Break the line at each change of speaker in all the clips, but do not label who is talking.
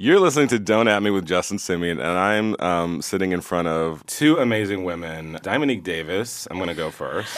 You're listening to Don't At Me with Justin Simeon, and I'm um, sitting in front of two amazing women. Dominique Davis, I'm going to go first.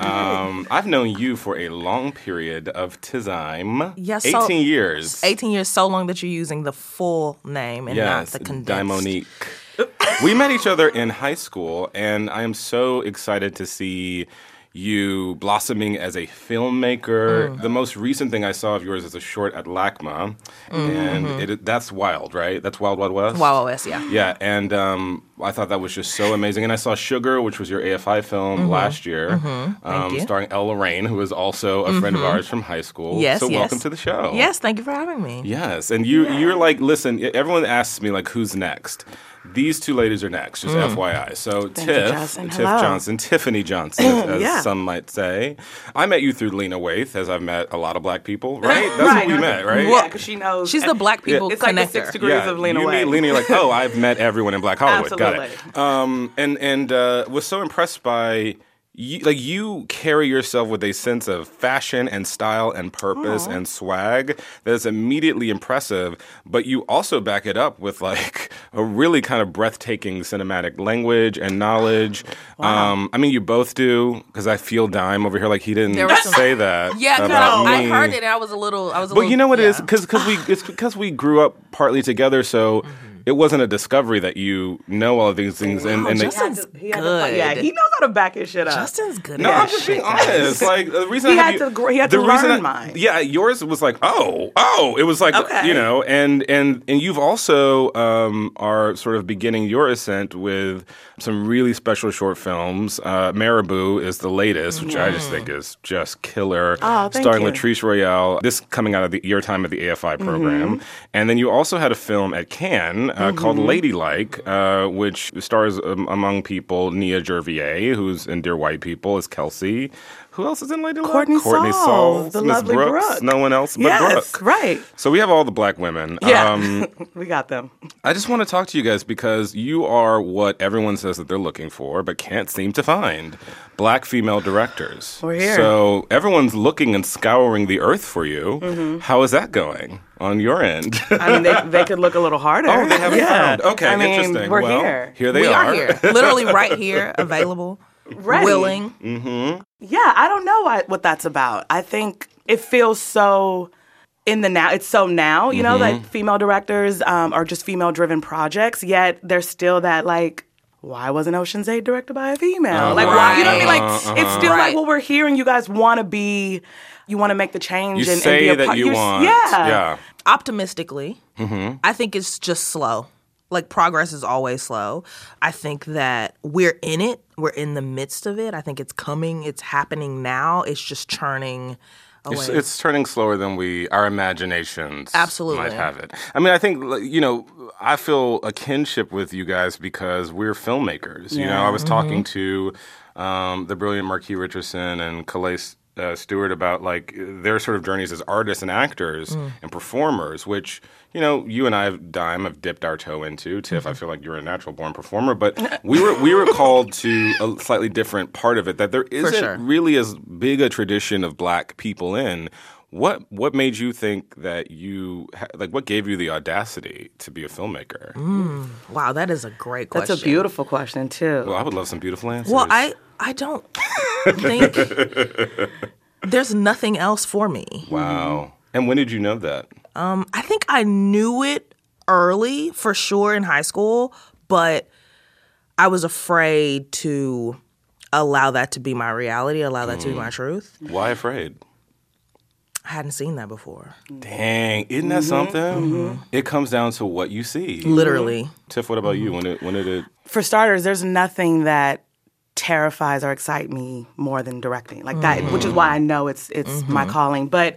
um, I've known you for a long period of time.
Yes, so-
18 years.
18 years so long that you're using the full name and
Yes,
not the condensed.
Dimonique. we met each other in high school, and I am so excited to see you blossoming as a filmmaker.
Mm.
The most recent thing I saw of yours is a short at LACMA,
Mm-hmm.
and it, that's wild, right? That's Wild Wild West?
Wow, wow, yes, yeah.
Yeah, and um, I thought that was just so amazing. And I saw Sugar, which was your AFI film last year, um,
you.
starring Elle Lorraine, who is also a friend of ours from high school.
Yes,
so
yes.
welcome to the show.
Yes, thank you for having me.
Yes, and you you're like, listen. e, Everyone asks me like, who's next? These two ladies are next, just FYI. So
you,
Tiff,
Johnson.
Tiff
Hello.
Johnson, Tiffany Johnson, as
Yeah.
some might say. I met you through Lena Waithe, as I've met a lot of black people, right? That's what we met, right?
Yeah, because she knows.
She's the black people
It's like the
connector.
six degrees
yeah,
of Lena
you meet
Waithe.
Lena, you're like, oh, I've met everyone in Black Hollywood. Got it.
Absolutely.
Um, and and uh, was so impressed by. You, like you carry yourself with a sense of fashion and style and purpose and swag that is immediately impressive, but you also back it up with like a really kind of breathtaking cinematic language and knowledge. Um, I mean, you both do because I feel dime over here like he didn't
There was some-
say that.
Yeah, no,
about
I
me.
heard it and I was a little I was a
But
little
you know what
yeah.
it is because we it's because we grew up partly together, so it wasn't a discovery that you know all of these things. And, and they-
Justin-
He had to- he had to-
Good.
yeah, he knows how to back his shit up.
Justin's good.
no,
at
I'm
that
just
shit,
being
guys.
honest. Like the reason
He
I
had
have
to
you-
gr- he had
the
to
reason
learn
I-
mine.
Yeah, yours was like oh oh, it was like
Okay.
you know, and and and you've also um, are sort of beginning your ascent with some really special short films. Uh, Marabou is the latest, which I just think is just killer.
Oh, thank
starring
you. Mm-hmm.
Latrice Royale. This coming out of the your time at the AFI program, and then you also had a film at Cannes uh,
Mm-hmm.
called Ladylike, uh, which stars um, among people Nia Gervier, who's in Dear White People, as Kelsey. Who else is in Ladylike?
Courtney
Courtney
Solve, the
Miss
lovely
Brooks,
Brooke.
no one else but
yes,
Brooke.
right.
So we have all the black women.
Yeah,
Um,
we got them.
I just want to talk to you guys because you are what everyone says that they're looking for but can't seem to find black female directors.
We're here.
So everyone's looking and scouring the earth for you.
Mm-hmm.
How is that going on your end?
I mean, they, they could look a little harder.
oh, they haven't
yeah.
found. Okay,
I mean,
interesting.
We're
well,
here.
they
we are here. Literally right here, available,
Ready.
willing.
Mm.
Yeah, I don't know why, what that's about. I think it feels so in the now. It's so now, you know,
Mm-hmm.
like female directors um, are just female driven projects, yet there's still that like, why wasn't Ocean's Eight directed by a female?
Uh-huh.
like, why? You know what I mean? Like, it's still
Right.
like what we're hearing. You guys want to be, you want to make the change
You
and, and
say
be a
that
part-
you
you're s-
want.
Yeah.
yeah.
optimistically,
Mm-hmm.
I think it's just slow. Like progress is always slow. I think that we're in it, we're in the midst of it. I think it's coming, it's happening now. It's just churning away.
It's, it's turning slower than we our imaginations
Absolutely.
might have it. I mean, I think like, you know, I feel a kinship with you guys because we're filmmakers. You know, I was talking to
Mm-hmm.
um, the brilliant Marquis Richardson and Calais. Uh, Stewart about like their sort of journeys as artists and actors
Mm.
and performers, which you know you and I have dime have dipped our toe into. Tiff,
Mm-hmm.
I feel like you're a natural born performer, but we were we were called to a slightly different part of it that there isn't
sure.
really as big a tradition of black people in what what made you think that you ha- like what gave you the audacity to be a filmmaker
Mm.
wow, that is a great question.
That's a beautiful question, too.
well i would love some beautiful answers
Well, I I don't think there's nothing else for me.
wow and when did you know that
I think I knew it early for sure in high school, but I was afraid to allow that to be my reality, allow that to be
Mm.
my truth.
why afraid
I hadn't seen that before.
Mm.
dang isn't
Mm-hmm.
that something it comes down to what you see
Mm.
Literally.
tiff what about you when it when did it
for starters, there's nothing that terrifies or excites me more than directing, like that, which is why I
Mm-hmm.
know it's it's my calling. But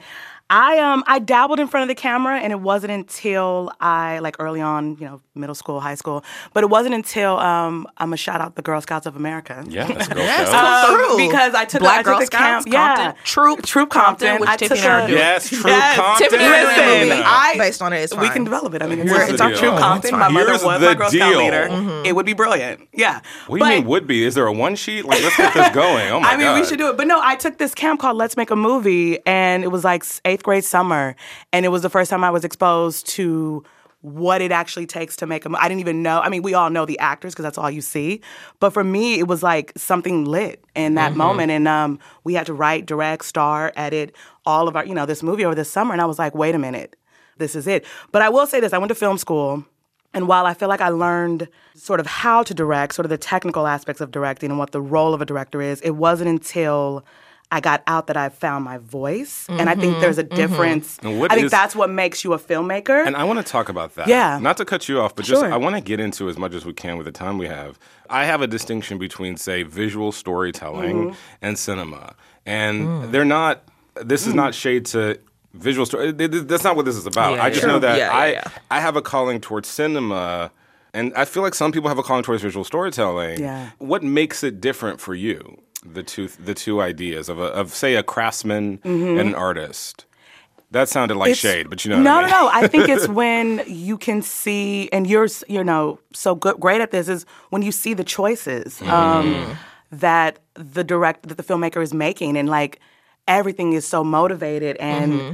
I um I dabbled in front of the camera, and it wasn't until I like early on, you know, middle school, high school. But it wasn't until um I'm gonna shout out the Girl Scouts of America.
yeah that's a girl
Yes,
scout.
come
Um,
through.
because I took
Black
I took
Girl
the camp-
Scouts,
yeah.
Compton, troop,
Troop Compton,
which
I
Tiffany
took
and I
a-
are doing.
yes true
Yes,
Compton.
Tiffany Listen, Renner movie.
I-
based on it, it's
We
fine.
can develop it. I mean, it's,
Here's
our,
the
it's our
deal.
true content. My mother
Here's
was my
the
Girl Scout
deal.
leader.
Mm-hmm.
It would be brilliant. Yeah.
what do you
But-
mean would be is there a one sheet like let's get this going oh my
I mean, we
God.
should do it. But no, I took this camp called Let's Make a Movie, and it was like s- eighth grade summer, and it was the first time I was exposed to what it actually takes to make a movie. I didn't even know. I mean, we all know the actors because that's all you see. But for me, it was like something lit
Mm-hmm.
in that moment. And um, we had to write, direct, star, edit all of our, you know, this movie over the summer. And I was like, wait a minute, this is it. But I will say this I went to film school. And while I feel like I learned sort of how to direct, sort of the technical aspects of directing and what the role of a director is, it wasn't until I got out that I found my voice. And I think there's a difference.
And what
I think
is-
that's what makes you a filmmaker.
And I want to talk about that.
Yeah.
Not to cut you off, but just
Sure.
I want to get into as much as we can with the time we have. I have a distinction between, say, visual storytelling
Mm-hmm.
and cinema, and
Mm.
they're not. This is not shade to visual story. th- th- That's not what this is about.
Yeah,
I just
yeah.
know that
Yeah, yeah,
I
yeah.
I have a calling towards cinema. And I feel like some people have a calling towards visual storytelling.
Yeah.
What makes it different for you? The two, the two ideas of, a, of say a craftsman
Mm-hmm.
and an artist. That sounded like
It's-
shade, but you know. what
No,
I mean.
no, no. I think it's when you can see, and you're, s- you know, so good, great at this is when you see the choices
Mm-hmm.
um, that the direct that the filmmaker is making, and like everything is so motivated, and
Mm-hmm.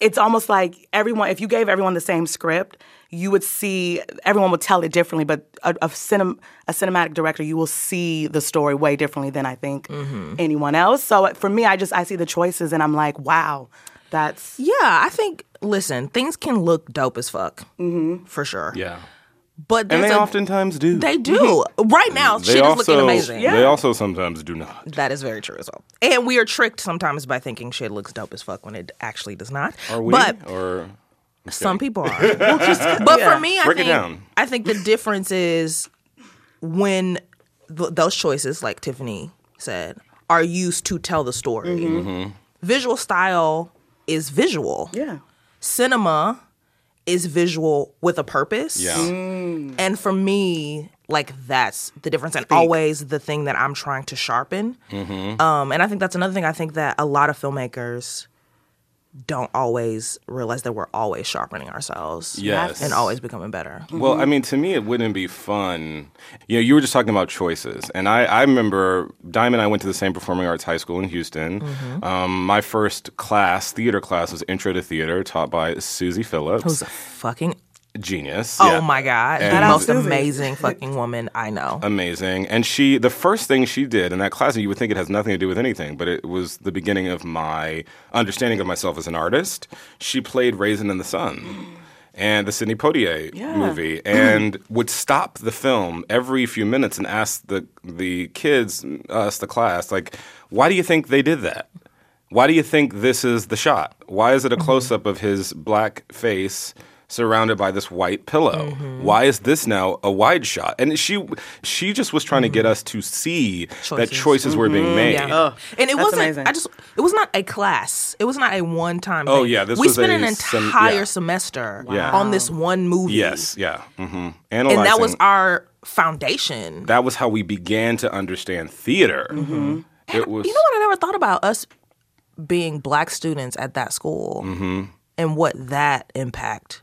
it's almost like everyone. If you gave everyone the same script, you would see everyone would tell it differently. But a, a, cinem, a cinematic director, you will see the story way differently than I think
Mm-hmm.
anyone else. So uh, for me, I just I see the choices, and I'm like, wow. That's
Yeah, I think. Listen, things can look dope as fuck, mm-hmm. for sure.
Yeah.
but
And
there's
they
a-
oftentimes do.
they do right now.
They
shit
also,
is looking amazing.
They also sometimes do not.
That is very true as well. And we are tricked sometimes by thinking shit looks dope as fuck when it actually does not.
Are we?
But
or
some people are. but for me, I
Break it
think
down.
I think the difference is when th- those choices, like Tiffany said, are used to tell the story.
Mm-hmm.
Visual style is visual.
Yeah.
Cinema is visual with a purpose. Mm.
yeah.
And for me, like that's the difference, and always the thing that I'm trying to sharpen.
Mm-hmm.
Um, and I think that's another thing. I think that a lot of filmmakers don't always realize that we're always sharpening ourselves,
Yes.
and always becoming better.
Well, I mean, to me, it wouldn't be fun. You know, you were just talking about choices, and I, I remember Diamond. and I went to the same performing arts high school in Houston.
Mm-hmm.
Um, my first class, theater class, was Intro to Theater, taught by Susie Phillips,
Who's a fucking
genius.
oh
Yeah.
my god,
And-
the most
Susie.
amazing fucking woman I know.
amazing. And she, the first thing she did in that class, and you would think it has nothing to do with anything, but it was the beginning of my understanding of myself as an artist. She played Raisin in the Sun. And the Sidney Poitier movie, and would stop the film every few minutes and ask the the kids, us, the class, like, why do you think they did that? Why do you think this is the shot? Why is it a
Mm-hmm.
close up of his black face surrounded by this white pillow?
Mm-hmm.
Why is this now a wide shot? And she she just was trying to get us to see that
Mm-hmm. Choices. Mm-hmm.
choices were being made.
Yeah. and it
Oh, that's
wasn't.
amazing.
I just. It was not a class. It was not a one time.
Oh, yeah, this
we
was
spent
a
an
sem-
entire
yeah.
semester
Yeah.
on this one movie.
Yes, yeah. hmm Analyzing.
and that was our foundation.
that was how we began to understand theater.
Mm-hmm.
It was
You know what I never thought about us being black students at that school and what that impact had on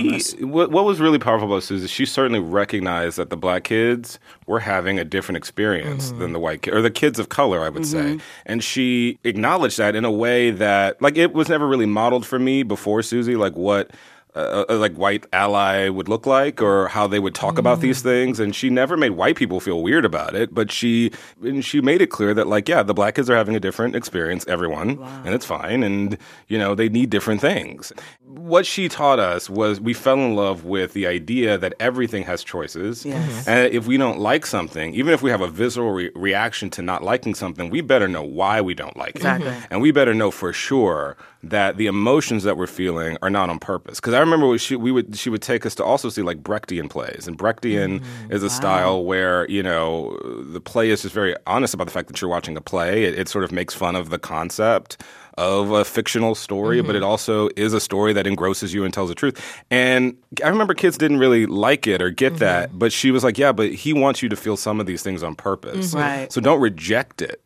Mm-hmm. she
us.
what, what was really powerful about Susie, she certainly recognized that the black kids were having a different experience
Mm-hmm.
than the white kids or the kids of color, I would say. And she acknowledged that in a way that like it was never really modeled for me before Susie, like what uh, uh, like white ally would look like or how they would talk about these things and she never made white people feel weird about it but she and she made it clear that like yeah the black kids are having a different experience everyone and it's fine and you know they need different things what she taught us was we fell in love with the idea that everything has choices
Yes.
and if we don't like something even if we have a visceral re- reaction to not liking something we better know why we don't like it
Exactly.
and we better know for sure that the emotions that we're feeling are not on purpose. Because I remember when she we would she would take us to also see like Brechtian plays, and Brechtian is a style where you know the play is just very honest about the fact that you're watching a play. It, it sort of makes fun of the concept of a fictional story, but it also is a story that engrosses you and tells the truth. And I remember kids didn't really like it or get that, but she was like, "Yeah, but he wants you to feel some of these things on purpose."
Right. Mm-hmm.
So don't reject it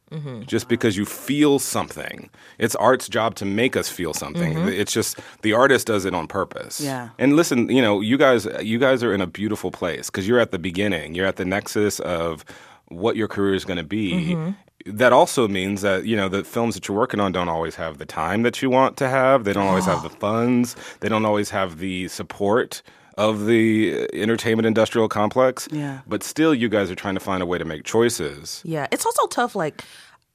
just because you feel something. It's art's job to make us feel something. It's just the artist does it on purpose.
Mm-hmm. Yeah.
And listen, you know, you guys, you guys are in a beautiful
Mm-hmm.
place because you're at the beginning. You're at the nexus of what your career is going to be. that also means that you know the films that you're working on don't always have the time that you want to have. They don't always have the funds. They don't always have the support of the entertainment industrial complex.
Yeah.
But still, you guys are trying to find a way to make choices
Yeah, it's also tough. Like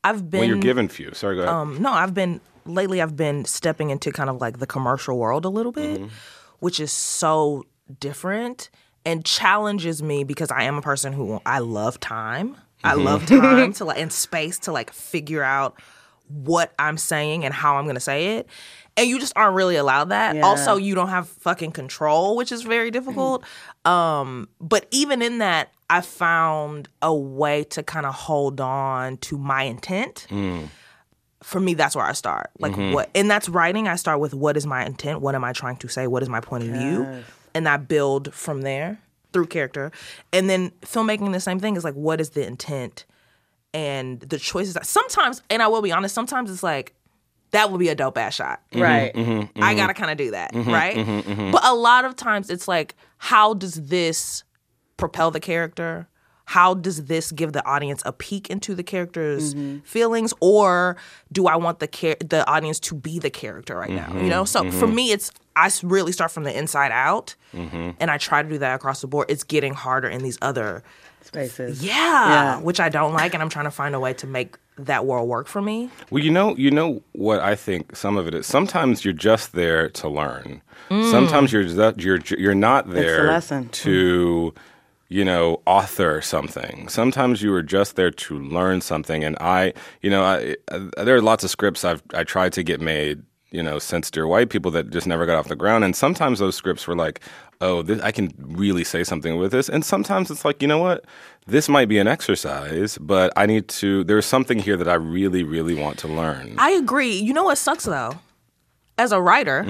I've been
when you're given few. Sorry, go ahead.
um, no, I've been lately. I've been stepping into kind of like the commercial world a little bit, which is so different and challenges me because I am a person who I love time. I love time to like and space to like figure out what I'm saying and how I'm gonna say it. And you just aren't really allowed that. Also, you don't have fucking control, which is very difficult. Um, but even in that, I found a way to kind of hold on to my intent for me that's where i start like what and that's writing i start with what is my intent what am i trying to say what is my point of view and i build from there through character and then filmmaking the same thing is like what is the intent and the choices sometimes and i will be honest sometimes it's like that would be a dope ass shot
Right.
I gotta kind of do that, right? But a lot of times it's like, how does this propel the character? How does this give the audience a peek into the character's feelings, or do I want the char- the audience to be the character right now? You know, so for me, it's I s- really start from the inside out, and I try to do that across the board. It's getting harder in these other
Spaces.
yeah,
Yeah.
which I don't like, and I'm trying to find a way to make that world work for me.
Well, you know, you know what I think. Some of it is sometimes you're just there to learn. Sometimes you're ju- you're ju- you're not there
lesson.
to, you know, author something. Sometimes you are just there to learn something. And I, you know, I, I, there are lots of scripts I've I tried to get made. You know, since dear white people that just never got off the ground. And sometimes those scripts were like, oh, this, I can really say something with this. And sometimes it's like, you know what? This might be an exercise, but I need to, there's something here that I really, really want to learn.
I agree. You know what sucks though? As a writer,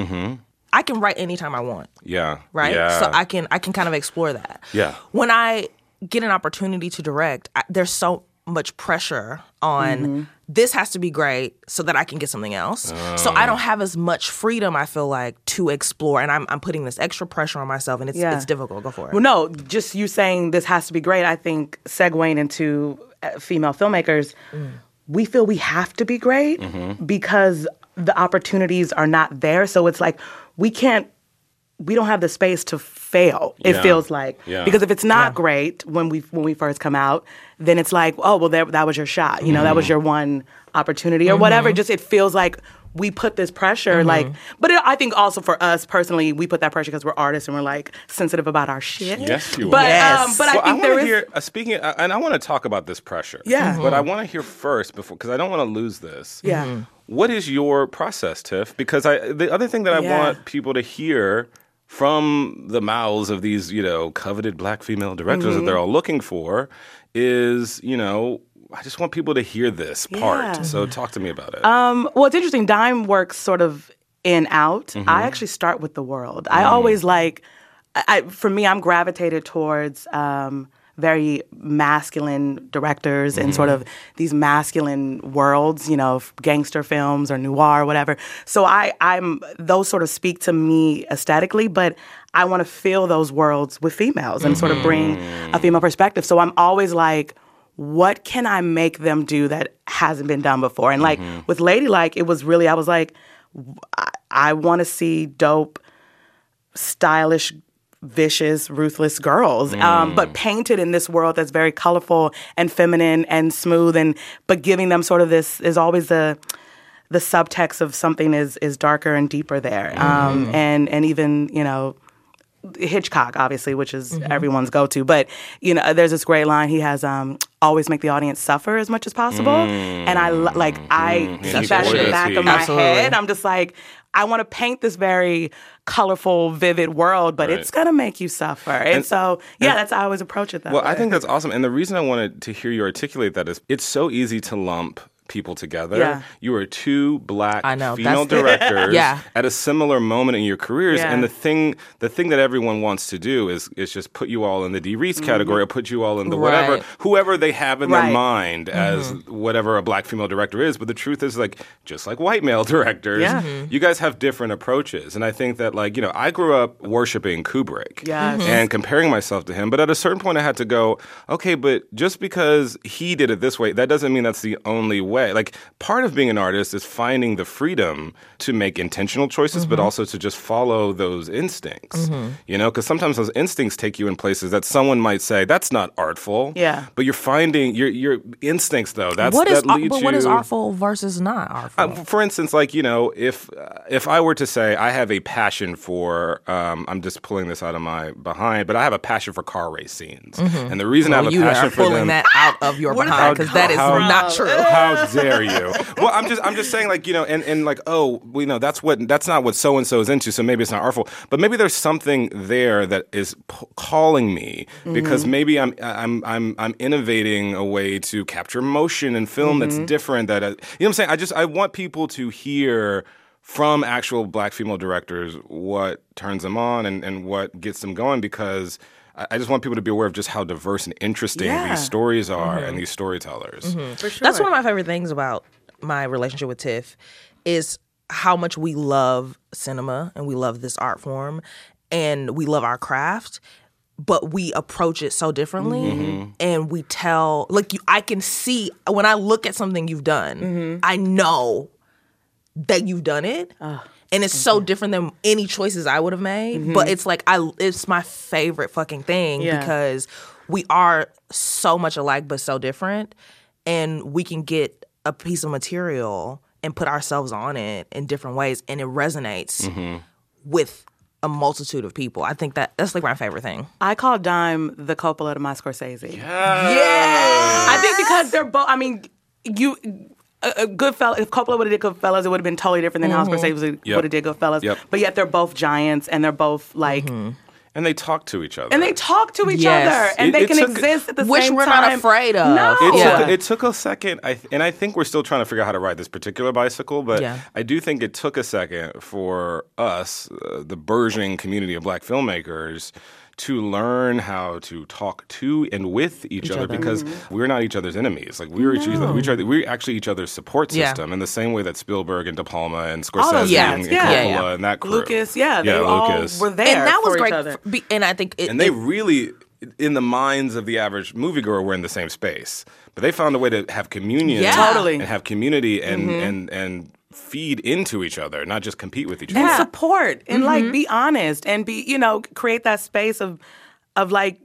I can write anytime I want,
yeah. Mm-hmm.
right?
Yeah.
So I can I can kind of explore that.
Yeah.
When I get an opportunity to direct, I, there's so much pressure on this has to be great so that I can get something else. So
Oh.
I don't have as much freedom. I feel like to explore, and I'm I'm putting this extra pressure on myself, and it's
Yeah.
it's difficult. Go for it.
Well, no, just you saying this has to be great, I think segueing into uh, female filmmakers, we feel we have to be great because the opportunities are not there. So it's like we can't, we don't have the space to fail. It
Yeah.
feels like
Yeah.
because if it's not great when we when we first come out, then it's like oh well there, that was your shot. You know that was
Mm-hmm.
your one opportunity or whatever. Just it feels like. We put this pressure,
Mm-hmm.
like, but it, I think also for us personally, we put that pressure because we're artists and we're like sensitive about our shit.
Yes, you
But
are.
um, but I
Well, wanna
think there is.
hear, uh, speaking, uh, and I want to talk about this pressure.
Yeah.
But I want to hear first before, because I don't want to lose this.
Yeah. Mhm.
What is your process, Tiff? Because I, the other thing that I
Yeah.
want people to hear from the mouths of these, you know, coveted black female directors
Mm-hmm.
that they're all looking for is, you know, I just want people to hear this
Yeah.
part. So talk to me about it.
Um, well, it's interesting. Dime works sort of in out. I actually start with the world. I always like. I, I- for me, I'm gravitated towards um, very masculine directors and sort of these masculine worlds. You know, f- gangster films or noir or whatever. So I, I'm those sort of speak to me aesthetically, but I want to fill those worlds with females and sort of bring a female perspective. So I'm always like what can I make them do that hasn't been done before? And like with Ladylike, it was really, I was like, w- I, want to see dope, stylish, vicious, ruthless girls, um, but painted in this world that's very colorful and feminine and smooth, and but giving them sort of this is always the the subtext of something is is darker and deeper there, um, and and even you know Hitchcock, obviously, which is everyone's go to. But, you know, there's this great line he has um, always make the audience suffer as much as possible. And I, lo- like, I keep
he
that shit
always
in the back
does.
of my
Absolutely.
head. I'm just like, I want to paint this very colorful, vivid world, but
Right.
it's going to make you suffer. And,
And-
so, yeah, that's how I always approach it that
Well,
way.
I think that's awesome. And the reason I wanted to hear you articulate that is it's so easy to lump people together.
Yeah.
You are two black
I know,
female
that's-
directors
Yeah.
at a similar moment in your careers.
Yeah.
And the thing the thing that everyone wants to do is is just put you all in the D Reese category or put you all in the
Right.
whatever whoever they have in
Mm-hmm. Right. Mm-hmm.
their mind as whatever a black female director is. But the truth is like just like white male directors,
Yeah.
Mm-hmm.
you guys have different approaches. And I think that like, you know, I grew up worshiping Kubrick
Yes.
Mm-hmm.
Mhm.
and comparing myself to him. But at a certain point, I had to go, okay, but just because he did it this way, that doesn't mean that's the only way. Like, part of being an artist is finding the freedom to make intentional choices,
Mm-hmm.
but also to just follow those instincts, you know? Because sometimes those instincts take you in places that someone might say, that's not artful.
Yeah.
But you're finding your, your instincts, though. That's
What is
that
ar-
leads
but what is
you-
artful versus not artful?
uh, for instance, like you know, if uh, if I were to say I have a passion for, um, I'm just pulling this out of my behind, but I have a passion for car race scenes, and the reason I have a
Mm-hmm. you
passion
are
for them.
pulling that out of your
Where did
behind
that
because that is
come from?
not true.
How dare you? Well, I'm just I'm just saying like you know, and and like oh, we know that's what that's not what so and so is into, so maybe it's not artful, but maybe there's something there that is p- calling me because maybe I'm I'm I'm I'm innovating a way to capture motion in film that's different. That uh, you know what I'm saying? I just I want people to hear. From actual black female directors, what turns them on and, and what gets them going because I I just want people to be aware of just how diverse and interesting
Yeah.
these stories are and these storytellers.
That's one of my favorite things about my relationship with Tiff is how much we love cinema and we love this art form and we love our craft but we approach it so differently and we tell like you, I can see when I look at something you've done I know that you've done it
Ah,
and it's so different than any choices I would have made but it's like I it's my favorite fucking thing
Mm-hmm. Yeah.
because we are so much alike but so different and we can get a piece of material and put ourselves on it in different ways and it resonates
Mm-hmm.
with a multitude of people. I think that that's like my favorite thing.
I call Dime the Coppola to my Scorsese.
Ah.
Yeah.
I think because they're both. I mean, you. A, a good fella. If Coppola would have did Goodfellas, it would have been totally different than how
Mm-hmm.
Scorsese
Yep.
would have did Goodfellas.
Yep.
But yet they're both giants, and they're both like,
And they talk to each other.
and they talk to each
Yes.
other, and
It-
they
it
can
took-
exist at the
Which
same
we're
time.
not afraid of.
No.
It,
Yeah.
took, it took a second, I th- and I think we're still trying to figure out how to ride this particular bicycle. But
Yeah.
I do think it took a second for us, uh, the burgeoning community of black filmmakers, to learn how to talk to and with each, other,
other.
because
Mm-hmm.
we're not each other's enemies. Like we were each other, we tried, we're actually each other's support
Yeah.
system in the same way that Spielberg and De Palma and
All
Scorsese
those
guys,
and, and
yeah.
Coppola
Yeah, yeah.
and that crew.
Lucas, yeah, they
yeah, Lucas.
all were there.
and that was
for each
great.
other.
f- be- and I think it,
and they
it-
really in the minds of the average moviegoer were in the same space but they found a way to have communion
Yeah.
Totally.
and have community and and and feed into each other not just compete with each
and
other
support and
Mm-hmm.
like be honest and be you know create that space of of like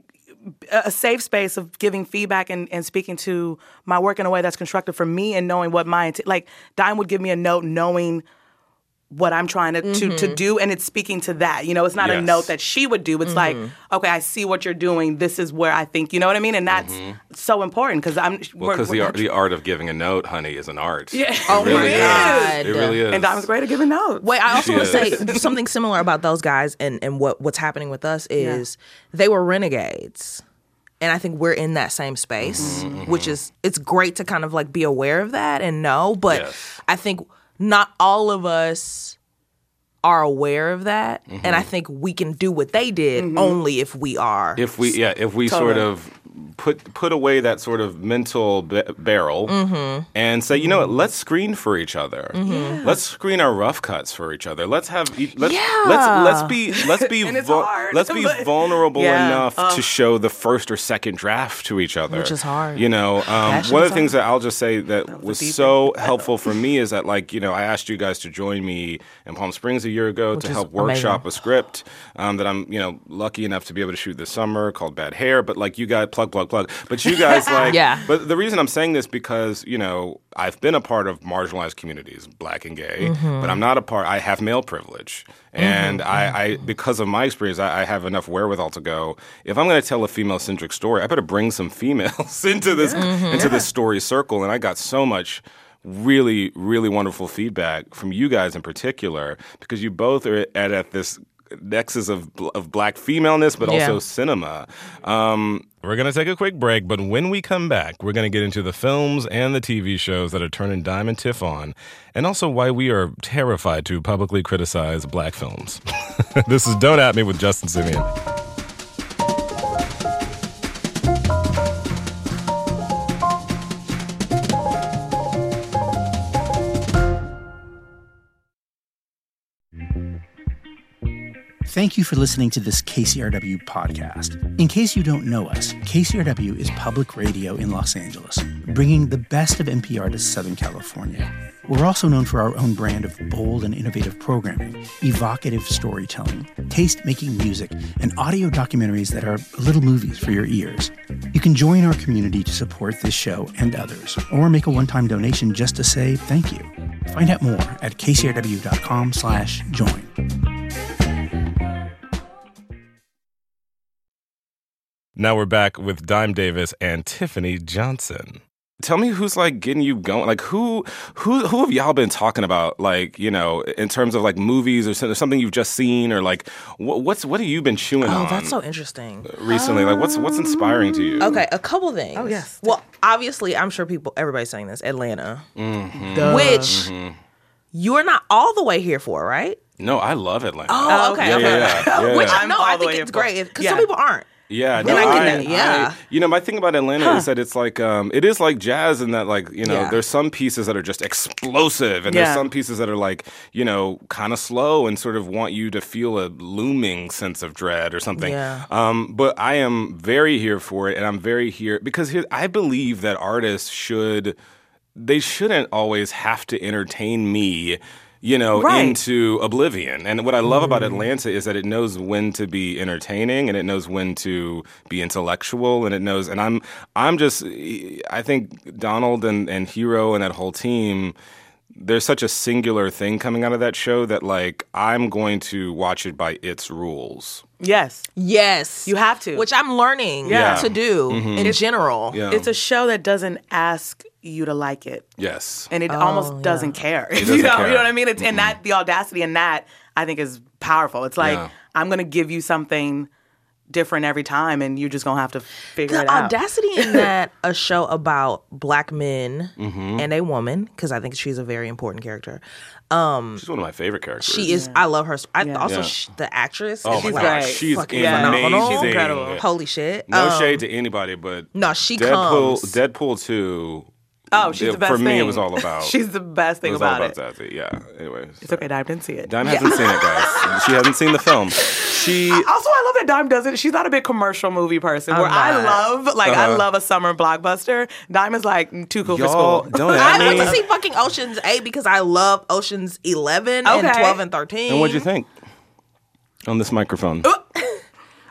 a a safe space of giving feedback and, and speaking to my work in a way that's constructive for me and knowing what my int- like Dime would give me a note knowing what I'm trying to, to
Mm-hmm.
to do and it's speaking to that you know it's not a
Yes.
note that she would do it's like
Mm-hmm.
okay I see what you're doing this is where I think you know what I mean and that's
Mm-hmm.
so important because I'm we're-
because the
we're-
art, the art of giving a note honey is an art yeah.
Oh my God.
it really is
and Dime's great at giving notes
Wait, I also want to say
Yes.
something similar about those guys and, and what, what's happening with us is they were renegades. And I think we're in that same space,
Mm-hmm.
which is it's great to kind of like be aware of that and know. But
Yes.
I think not all of us are aware of that. And I think we can do what they did only if we are.
Mm-hmm. if we yeah if we sort of put put away that sort of mental b- barrel and say you know what let's screen for each other let's screen our rough cuts for each other let's have e- let's
Yeah.
let's, let's be let's be
And it's
vul-
hard,
let's be
but-
vulnerable
Yeah.
enough to show the first or second draft to each other
Which is hard.
you know um,
Passion
one
is
of the things that I'll just say that, was,
deep
so helpful for me is that like you know I asked you guys to join me in Palm Springs a year ago to
is
help
amazing.
workshop a script um, that I'm, you know, lucky enough to be able to shoot this summer called Bad Hair. But like you guys, plug, plug, plug. But you guys, like,
Yeah.
But the reason I'm saying this because you know I've been a part of marginalized communities, black and gay, but I'm not a part. I have male privilege, and I, I, because of my experience, I, I have enough wherewithal to go. If I'm going to tell a female centric story, I better bring some females into this into this story circle. And I got so much really, really wonderful feedback from you guys in particular because you both are at, at this nexus of bl- of black femaleness, but
Yeah.
also cinema. Um, we're gonna take a quick break, but when we come back, we're gonna get into the films and the TV shows that are turning Dime and Tiff on, and also why we are terrified to publicly criticize black films. this is Don't At Me with Justin Simeon.
Thank you for listening to this KCRW podcast. In case you don't know us, KCRW is public radio in Los Angeles, bringing the best of NPR to Southern California. We're also known for our own brand of bold and innovative programming, evocative storytelling, taste making music, and audio documentaries that are little movies for your ears. You can join our community to support this show and others, or make a one time donation just to say thank you. Find out more at kcrw.com slash join.
Now we're back with Dime Davis and Tiffany Johnson. Tell me who's like getting you going? Like who who who have y'all been talking about? Like you know, in terms of like movies or some- something you've just seen or like what, what's what have you been chewing
Oh,
on
that's so interesting.
recently? like what's what's inspiring to you?
Okay, a couple things. Oh
yes.
Well, obviously, I'm sure people, everybody's saying this. Atlanta,
Mm-hmm.
which you're not all the way here for, right?
No, I love Atlanta.
Oh, okay.
Yeah,
okay.
yeah, yeah,
Which
yeah.
I
I'm
know
all
I
the
think
way
it's
here for it.
great because
Yeah.
some people aren't.
Yeah,
Then I get that, yeah.
I- you know, my thing about Atlanta is that it's like um, it is like jazz in that like you know
Yeah.
there's some pieces that are just explosive and
Yeah.
there's some pieces that are like you know kind of slow and sort of want you to feel a looming sense of dread or something.
Yeah.
Um, but I am very here for it, and I'm very here because here I believe that artists should they shouldn't always have to entertain me. You know,
Right.
into oblivion. And what I love about
Mm.
Atlanta is that it knows when to be entertaining and it knows when to be intellectual and it knows and I'm I'm just I think Donald and, and Hero and that whole team there's such a singular thing coming out of that show that like I'm going to watch it by its rules.
Yes.
Yes,
You have to.
Which I'm learning
Yeah. Mm-hmm.
to do in general.
Yeah.
It's a show that doesn't ask you to like it.
yes.
and it
Oh,
almost doesn't care. you
doesn't
know,
care.
you know what I mean? It's and that the audacity in that I think is powerful. It's like
Yeah.
I'm gonna give you something different every time, and you're just gonna have to figure it
The
out.
audacity in that a show about black men
Mm-hmm.
and a woman, because I think she's a very important character. Um,
She's one of my favorite characters.
she is. I love her. s- I also
Yeah.
sh the actress.
Oh
is
my
like
gosh,
great.
she's
fucking
amazing.
phenomenal.
She's incredible.
Holy shit!
No
Um,
shade to anybody, but
No, she
Deadpool,
comes.
Deadpool two.
Oh, she's
it-
the best
for me. It
thing.
was all about.
she's the best
it
thing
was
about,
all about
it.
that. thing. Yeah. Anyway,
It's okay, Dime didn't see it.
Dime hasn't seen it, guys. she hasn't seen the film. She.
Also, I love that Dime doesn't. She's not a big commercial movie person. where I
not.
love, like, I
Uh-huh.
love a summer blockbuster. Dime is like mm, too cool
Y'all
for school.
don't
I
at
went to
me.
see fucking Ocean's Eight because I love Ocean's Eleven and
Okay.
Twelve and Thirteen.
And what'd you think? On this microphone.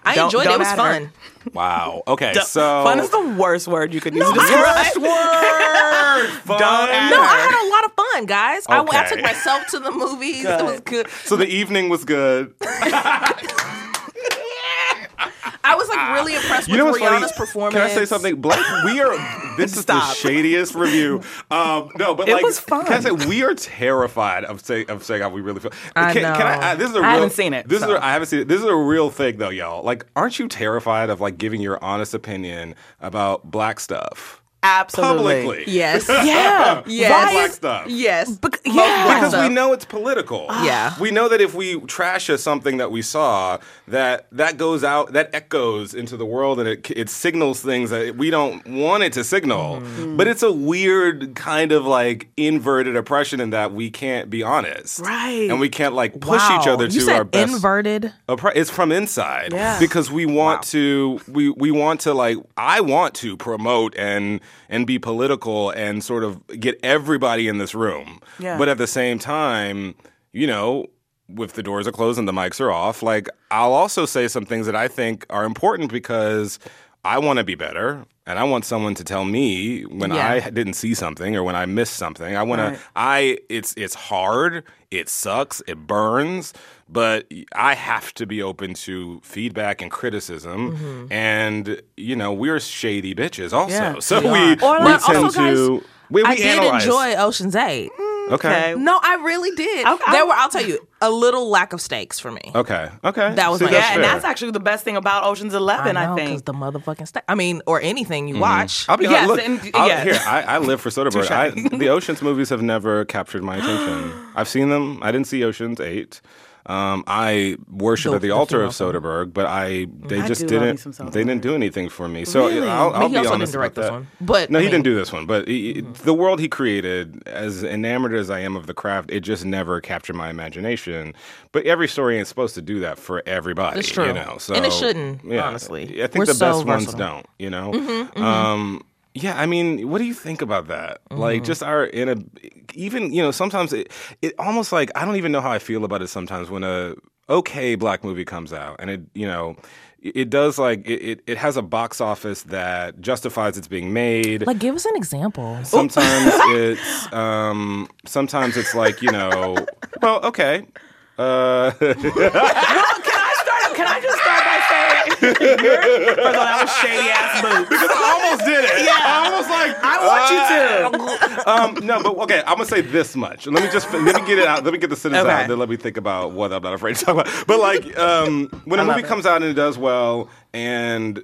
I
Don't-
enjoyed it. It
don't
was
at her.
fun.
Wow. Okay.
Duh.
So.
fun is the worst word you could use.
No,
to
I-
describe-
Curse word. Fun.
Don't add
No, I had a lot of fun, guys. I, went- I
Okay.
took myself to the movies. It was good.
So the evening was good.
I was like really impressed
Ah. You know
with
what's
Rihanna's
funny?
performance.
Can I say something? Black, we are. This is the
Stop.
shadiest review. Um, no, but
It
like,
was fun.
can I say we are terrified of say of saying how we really feel?
I
can, can
know.
I? add- This is a real,
I haven't seen it,
This is
so.
a, I haven't seen it. This is a real thing though, y'all. Like, aren't you terrified of like giving your honest opinion about black stuff
Absolutely.
publicly?
Yes.
Yeah.
Yes.
About
Why
black
is-
stuff.
Yes.
Bec- yeah.
black
Because
stuff.
we know it's political.
Yeah.
We know that if we trash a something that we saw, that that goes out, that echoes into the world, and it it signals things that we don't want it to signal. But it's a weird kind of like inverted oppression in that we can't be honest,
Right.
And we can't like push each
Wow.
other
you
to
said
our best.
Inverted.
Appra- It's from inside
Yeah.
because we want to we we want to like I want to promote and and be political and sort of get everybody in this room.
Yeah.
But at the same time, you know, if the doors are closed and the mics are off, like I'll also say some things that I think are important because I want to be better and I want someone to tell me when
Yeah.
I didn't see something or when I missed something. I want
Right.
to I it's it's hard, it sucks, it burns, but I have to be open to feedback and criticism.
Mm-hmm.
And you know, we're shady bitches also.
Yeah,
so
we
we,
are.
we
Or like,
tend
also, guys,
to we, Mm. we
I did
analyze.
enjoy Ocean's Eight.
Okay.
Okay.
No, I really did.
I-
there were, I'll tell you, a little lack of stakes for me.
Okay. Okay.
That was
See,
my-
that's
yeah, and
fair.
that's actually the best thing about Ocean's Eleven. I,
know, 'cause
think
the motherfucking steak. I mean, or anything you watch.
Mm. I'll be honest.
Yes,
Look,
and-
I'll-
yes.
here I, I live for Soderbergh. I, the Ocean's movies have never captured my attention. I've seen them. I didn't see Ocean's Eight. Um, I worship
The-
at the,
the
altar of
female
Soderbergh, but I they
I
just
do love me
didn't
some Soderbergh.
they didn't do anything for me. So
Really?
I'll,
But
I'll
he
be
also didn't
honest
direct
about
this
that.
one. But,
no,
I
he
mean-
didn't do this one. But he- he- the world he created, as enamored as I am of the craft, it just never captured my imagination. But every story ain't supposed to do that for everybody.
It's true.
You know, so
And it shouldn't,
yeah.
honestly.
I think
We're
the
so
best ones
versatile.
don't don't, you know? Um, yeah, I mean, what do you think about that? Like, just our in a even you know sometimes it it almost like I don't even know how I feel about it sometimes when a okay black movie comes out and it you know it, it does like it, it it has a box office that justifies its being made.
Like, give us an example.
Sometimes it's um, sometimes it's like you know well okay
Can I just start by saying, first of all, that was shady ass move.
because I almost did it yeah I almost like
I want you to.
um, no, but okay, I'm gonna say this much. Let me just let me get it out. Let me get the sentence
Okay.
out. Then let me think about what I'm not afraid to talk about. But like, um, when a movie comes out and it does well, and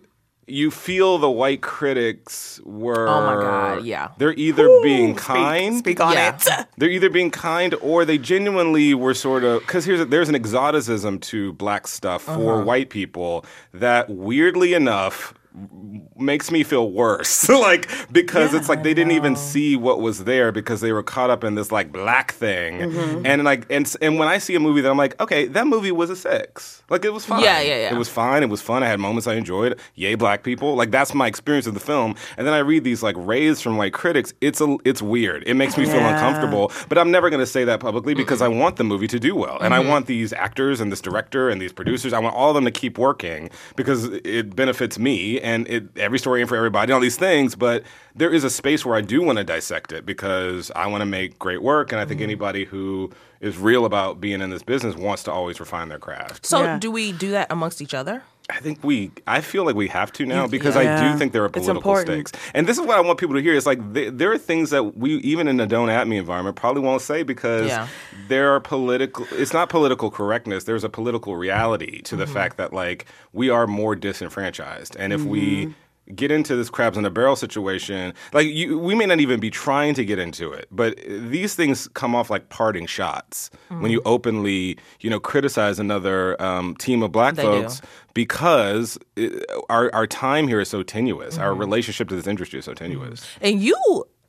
you feel the white critics were
Oh my God, yeah.
they're either being kind
Speak on
Yeah.
it.
they're either being kind or they genuinely were sort of because here's a, there's an exoticism to black stuff for
Uh-huh.
white people that weirdly enough m- makes me feel worse like because it's like they didn't even see what was there because they were caught up in this like black thing
Mm-hmm.
and like and s- and when i see a movie that i'm like okay that movie was a six like it was fine
Yeah, yeah, yeah.
it was fine it was fun i had moments i enjoyed yay black people like that's my experience of the film and then i read these like raves from white critics it's a it's weird it makes me feel
Yeah.
uncomfortable uncomfortable, But I'm never going to say that publicly because I want the movie to do well, and I want these actors and this director and these producers. I want all of them to keep working because it benefits me and it every story and for everybody and all these things. But there is a space where I do want to dissect it because I want to make great work, and I think anybody who is real about being in this business wants to always refine their craft.
So,
Yeah.
do we do that amongst each other?
I think we, I feel like we have to now because I
Yeah.
do think there are
It's
political
important.
stakes. And this is what I want people to hear. It's like th- there are things that we, even in a don't at me environment, probably won't say because
Yeah.
there are political, it's not political correctness. There's a political reality to the
Mm-hmm.
fact that like we are more disenfranchised. And if we,
Mm-hmm.
Get into this crabs in a barrel situation. Like you, we may not even be trying to get into it, but these things come off like parting shots when
Mm-hmm.
you openly, you know, criticize another um, team of black
They do.
folks because uh our our time here is so tenuous.
Mm-hmm.
Our relationship to this industry is so tenuous.
And you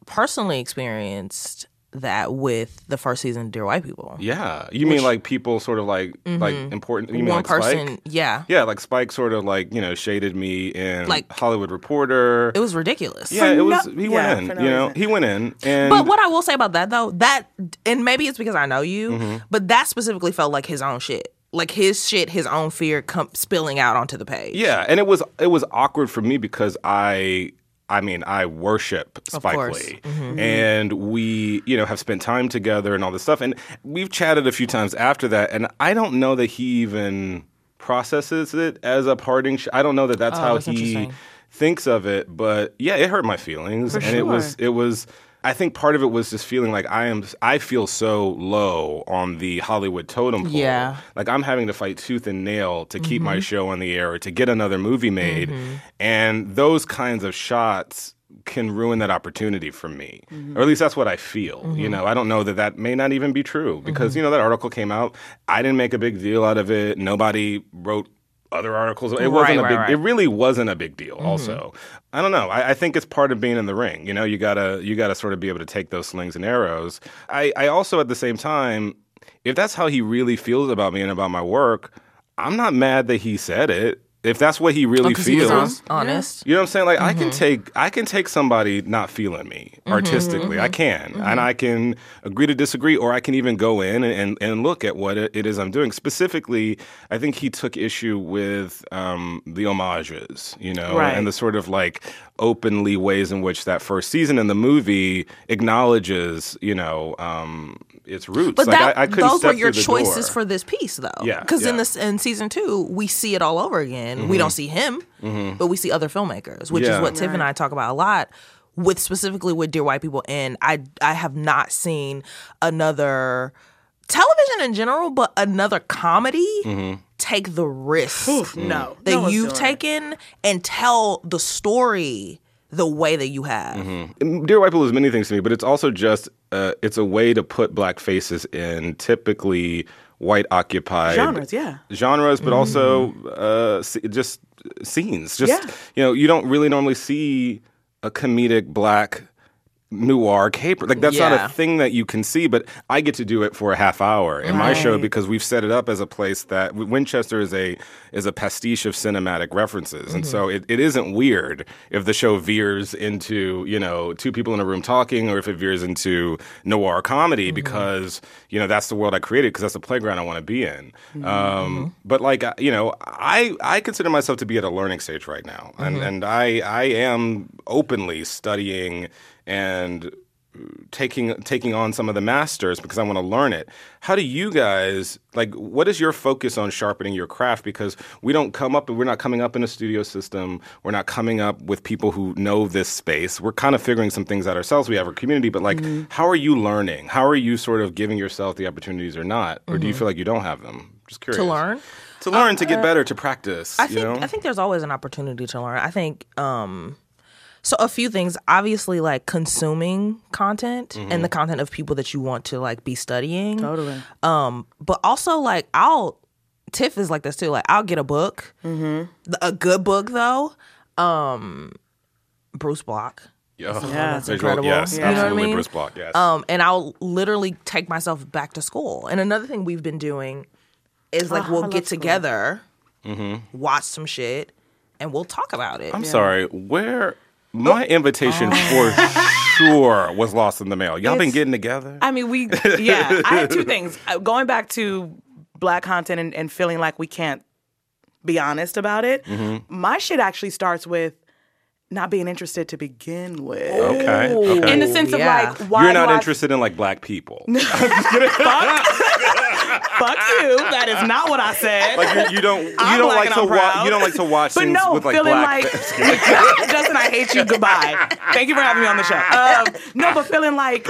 personally experienced that with the first season of Dear White People.
Yeah, you mean like people sort of like like important? You mean
Mm-hmm. One
like
person,
Spike?
yeah.
Yeah, like Spike sort of like you know shaded me in
Like-
Hollywood Reporter.
It was ridiculous.
yeah, it
no-
was. He
yeah,
went
for
in.
no
you know,
reason.
he went in. And
But what I will say about that though, that and maybe it's because I know you,
Mm-hmm.
but that specifically felt like his own shit. Like his shit, his own fear come spilling out onto the page.
Yeah, and it was it was awkward for me because I I mean I worship Spike
course.
Lee, and we you know have spent time together and all this stuff, and we've chatted a few times after that, and I don't know that he even processes it as a parting. Sh- I don't know that that's how
that's
he
interesting.
thinks of it, but yeah, it hurt my feelings, and it was it was. I think part of it was just feeling like I am. I feel so low on the Hollywood totem pole.
Yeah. Mm-hmm.
Like I'm having to fight tooth and nail to keep my show on the air or to get another movie made. And those kinds of shots can ruin that opportunity for me. Or at least that's what I feel.
Mm-hmm.
You know, I don't know that that may not even be true because, you know, that article came out. I didn't make a big deal out of it. Nobody wrote other articles. It wasn't a
right,
big
right.
it really wasn't a big
Mm-hmm.
deal also. I don't know. I, I think it's part of being in the ring. You know, you gotta you gotta sort of be able to take those slings and arrows. I, I also at the same time if that's how he really feels about me and about my work, I'm not mad that he said it. If that's what he really
because Oh, he was
feels,
hon- honest. Mm-hmm.
you know what I'm saying? Like I can take I can take somebody not feeling me artistically.
Mm-hmm.
I can, and I can agree to disagree, or I can even go in and, and, and look at what it it is I'm doing. Specifically, I think he took issue with um, the homages, you know,
Right.
and the sort of like openly ways in which that first season in the movie acknowledges, you know, um, its roots.
But
like
that,
I, I couldn't
those
step
were your
through the door.
choices for this piece, though.
Yeah,
Because in
yeah. Mm-hmm.
this in season two, we see it all over again. We don't see him, but we see other filmmakers, which
Yeah.
is what Tiff and I talk about a lot. with specifically with Dear White People in, I I have not seen another television in general, but another comedy
Mm-hmm.
take the risk
No.
that
No one's
you've
doing it.
taken and tell the story the way that you have.
Mm-hmm. Dear White People is many things to me, but it's also just uh, it's a way to put black faces in typically white occupied
Genres, yeah.
genres, but also uh, s- just scenes. Just
Yeah.
you know, you don't really normally see a comedic black noir caper. Like that's
Yeah.
not a thing that you can see. But I get to do it for a half hour in my show because we've set it up as a place that Winchester is a is a pastiche of cinematic references, and so it, it isn't weird if the show veers into you know two people in a room talking, or if it veers into noir comedy because you know that's the world I created because that's the playground I want to be in. Um, but like I- you know, I I consider myself to be at a learning stage right now, and and I I am openly studying and taking taking on some of the masters because I want to learn it. How do you guys like? What is your focus on sharpening your craft? Because we don't come up, we're not coming up in a studio system. We're not coming up with people who know this space. We're kind of figuring some things out ourselves. We have our community, but like,
Mm-hmm.
how are you learning? How are you sort of giving yourself the opportunities or not? Or do you feel like you don't have them? Just curious
Mm-hmm. To learn? Uh,
to learn, to get better, to practice.
I
you
think
know?
I think there's always an opportunity to learn. I think um so a few things obviously like consuming content
Mm-hmm.
and the content of people that you want to like be studying.
Totally.
Um but also like I'll Tiff is like this too. Like I'll get a book. Th- A good book though. Um Bruce Block.
yeah,
that's
incredible.
Yes,
You know what I
absolutely,
mean?
Bruce Block. Yes.
Um, and I'll literally take myself back to school. And another thing we've been doing is like we'll get together,
Mm-hmm.
watch some shit, and we'll talk about it.
I'm sorry.
Oh.
Where my invitation for sure was lost in the mail. Y'all been
Ah. It's-
getting together?
I mean, we, yeah. I had two things. Uh, Going back to black content and, and feeling like we can't be honest about it,
Mm-hmm.
my shit actually starts with not being interested to begin with.
okay.
In the
okay.
sense of
Yeah.
like, why
You're not
do I-
interested in like black people. like
Fuck you. That is not what I said.
you, you don't. You
I'm
don't
black
like
and
to
I'm
watch.
proud.
You don't like to watch
but
things
no,
with like
feeling
black.
like Justin, I hate you. Goodbye. Thank you for having me on the show. Um, no, but feeling like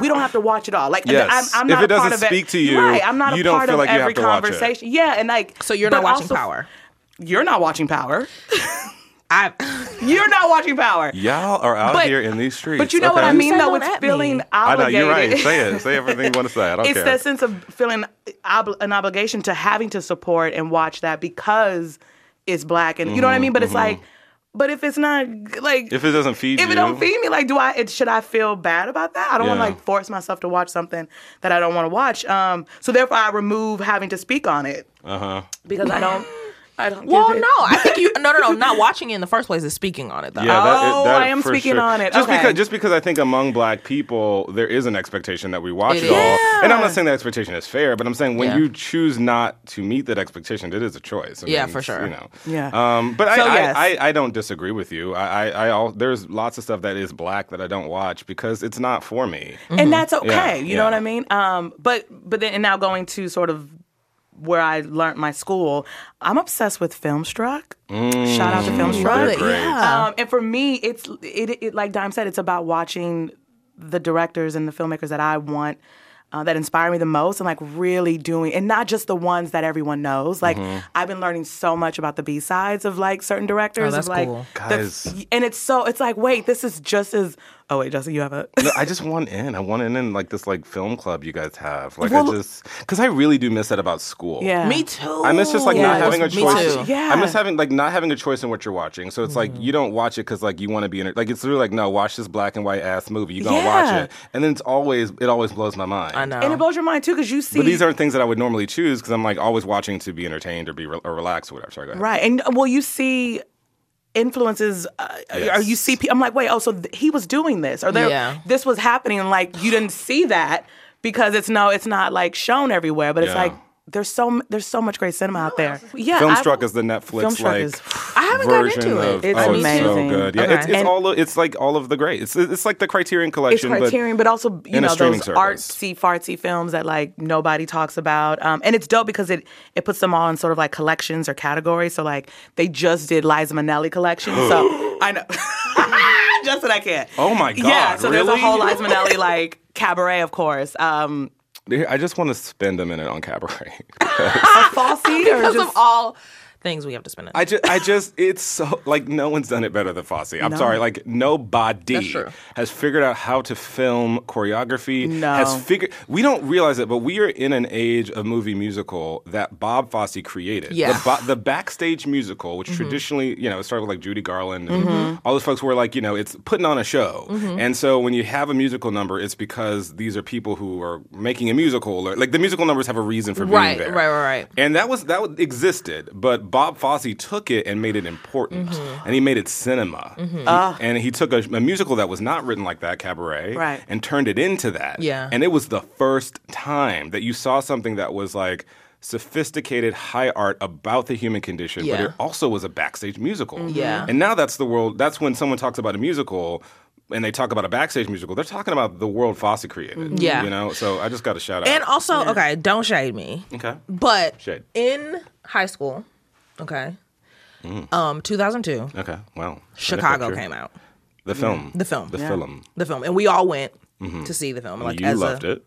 we don't have to watch it all. Like
Yes.
I'm, I'm
If
not
it
a part
doesn't
of it.
speak to you,
right? I'm not
you
a
don't
part
feel
of
like you have
every
to watch it.
conversation. Yeah, and like
So you're
but
not watching
also-
Power.
You're not watching Power.
I
You're not watching Power.
Y'all are out
But-
here in these streets.
But you know what
okay?
I mean,
said
though.
don't
It's
at me.
feeling
I know
obligated.
you're right. Say it. Say everything you want to say. I don't
it's
care.
that sense of feeling ob- an obligation to having to support and watch that because it's black and you know what I
Mm-hmm,
mean. But it's like, but if it's not like
if it doesn't feed
if
you,
it don't feed me, like, do I? It, should I feel bad about that? I don't want
Yeah.
to like force myself to watch something that I don't want to watch. Um, so therefore, I remove having to speak on it
Uh huh.
because I don't. I don't.
well,
give
no,
it-
I think you. No, no, no, not watching it in the first place is speaking on it though.
Yeah, that,
Oh,
it, that
I am
for
speaking
sure.
on it.
Just
Okay.
because, just because I think among Black people there is an expectation that we watch
It
it,
is.
all, and I'm not saying that expectation is fair, but I'm saying when
Yeah.
you choose not to meet that expectation, it is a choice. I
Yeah,
mean,
for
it's,
sure.
You know.
Yeah.
Um, but I,
So,
I,
yes.
I, I don't disagree with you. I, I, I all, there's lots of stuff that is black that I don't watch because it's not for me.
and that's okay.
Mm-hmm. Yeah,
you
yeah.
know what I mean? Um, but but then and now going to sort of where I learned my school, I'm obsessed with Filmstruck. Shout out to Filmstruck.
Mm, They're great.
Um, and for me, it's it, it like Dime said, it's about watching the directors and the filmmakers that I want. Uh, that inspire me the most and like really doing and not just the ones that everyone knows like
Mm-hmm.
i've been learning so much about the b-sides of like certain directors
Oh, that's
of like
cool.
the-
Guys.
and it's so it's like wait this is just as oh wait justin you have a
No, I just want in. I want in in like this like film club you guys have. Like
Well-
I just because I really do miss that about school.
yeah
Uh, Me too.
I miss just like not
Yeah.
having a
Me
choice.
too.
Yeah.
I miss having like not having a choice in what you're watching. So it's like you don't watch it because like you want to be in it. Like it's really like no, watch this black and white ass movie. You gonna
Yeah.
watch it, and then it's always it always blows my mind.
I know.
And it blows your mind too, because you see.
But these aren't things that I would normally choose because I'm like always watching to be entertained or be re- or relaxed or whatever. Sorry, go ahead.
right, and uh, well, you see influences, uh, or you see. pe- I'm like, wait, oh, so th- he was doing this, or there,
Yeah.
this was happening, and like you didn't see that because it's no, it's not like shown everywhere, but it's
Yeah.
like there's so m- there's so much great cinema out there. Yeah,
Filmstruck
I-
is the Netflix
Filmstruck
like
is-
I haven't gotten
version
into it.
of
It's
oh, it's so
amazing.
good. Yeah, it's,
Okay.
it's
And-
all it's like all of the great. It's it's like the Criterion
It's
collection.
Criterion, but, also you
and a
know
streaming
those
service.
artsy fartsy films that like nobody talks about, um, and it's dope because it it puts them all in sort of like collections or categories. So like they just did Liza Minnelli collection, so I know. Justin, I can't.
Oh my
Yeah,
God,
so there's
really?
a whole Liza Minnelli like cabaret, of course. Um,
I just want to spend a minute on cabaret.
Falsy or
Ah, because
just
of all things we have to spend it.
I just, I just, it's so like no one's done it better than Fosse. I'm sorry, like
That's
nobody
true.
has figured out how to film choreography.
No.
has figured. We don't realize it, but we are in an age of movie musical that Bob Fosse created.
Yeah. Mm-hmm.
the, bo- the backstage musical, which traditionally, you know, it started with like Judy Garland and all those folks were like, you know, it's putting on a show.
Mm-hmm.
And so when you have a musical number, it's because these are people who are making a musical, or like the musical numbers have a reason for
Right,
being there.
right, right, right.
And that was that was- existed, but Bob Fosse took it and made it important,
Mm-hmm.
and he made it cinema. And he took a, a musical that was not written like that, Cabaret,
Right.
and turned it into that.
Yeah.
And it was the first time that you saw something that was like sophisticated high art about the human condition, but
Yeah. Mm-hmm.
it also was a backstage musical.
Yeah.
And now that's the world. That's when someone talks about a musical. And they talk about a backstage musical. They're talking about the world Fosse created.
Mm-hmm. Yeah.
you know. So I just got a shout out.
and also, okay, don't shade me.
okay,
But
Shade.
in high school, okay,
Mm.
um, 2002,
okay, wow.
Chicago
Manufacture.
came out.
The film.
Mm. The film.
The
Yeah.
film. Mm-hmm.
The film, and we all went to see the film. Like
you
as
loved
a,
it.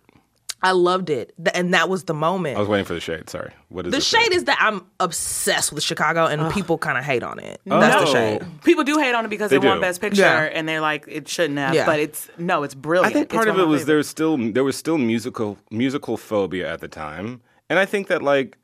I loved it, Th- and that was the moment.
I was waiting for the shade. Sorry. What is
the shade is that I'm obsessed with Chicago, and people kind of hate on it. That's the
Oh. No.
shade.
people do hate on it because they,
They
want
do.
Best Picture
Yeah.
and they're like it shouldn't have.
Yeah.
But it's no, it's brilliant.
I think
It's
part of
one
it
my
was
favorites.
there's still there was still musical musical phobia at the time, and I think that like.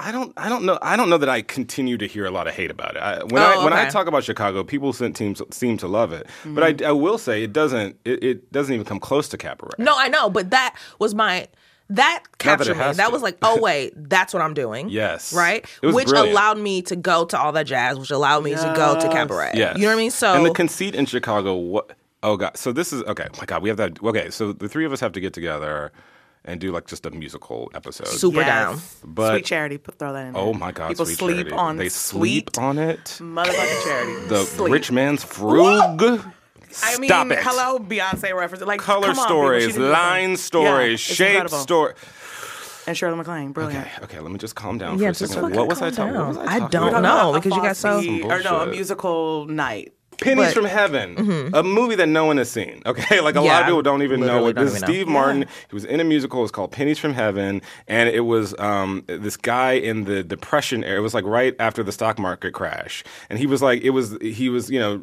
I don't. I don't know. I don't know that I continue to hear a lot of hate about it. I, when I
Oh,
when I
okay. Mm-hmm.
talk about Chicago, people seem seem to, seem to love it, but I, I will say it doesn't. It, it doesn't even come close to cabaret.
No, I know, but that was my that
Not that it
captured me.
has
That
to.
was like, oh wait, that's what I'm doing.
Yes.
right.
It was
which
brilliant.
allowed me to go to all that jazz, which allowed me to go to cabaret.
Yes.
you know what I mean. So
and the conceit in Chicago. What? Oh god. So this is okay. My god, we have that. Okay, so the three of us have to get together and do like just a musical episode.
super down.
Yes.
But-
Sweet Charity, put- throw that in. there.
Oh my god.
people
sweet
sleep
charity.
on
They
sweet
sleep on it.
motherfucking Charity.
The
Sleep.
rich man's frug.
I mean,
Stop it.
hello, Beyonce reference. Like
Color
come on, people, she
stories,
did this
line
thing. Yeah,
stories,
it's
shape
incredible.
story.
and Shirley MacLaine, brilliant.
Okay, okay, let me just calm down
Yeah,
for a
just
second.
fucking
What was, I
calm
talking, what
down.
was I
I
talking
don't
about?
know.
About a
because you got so-
Fosse- or no, a
Bullshit.
musical night.
Pennies
But- Mm-hmm.
from Heaven, a movie that no one has seen. Okay, like a lot
Yeah,
of people don't even know.
literally
Like,
don't
this is
even know.
Steve Martin. He was in a musical. It was called Pennies from Heaven, and it was um, this guy in the Depression era. It was like right after the stock market crash, and he was like, it was he was you know.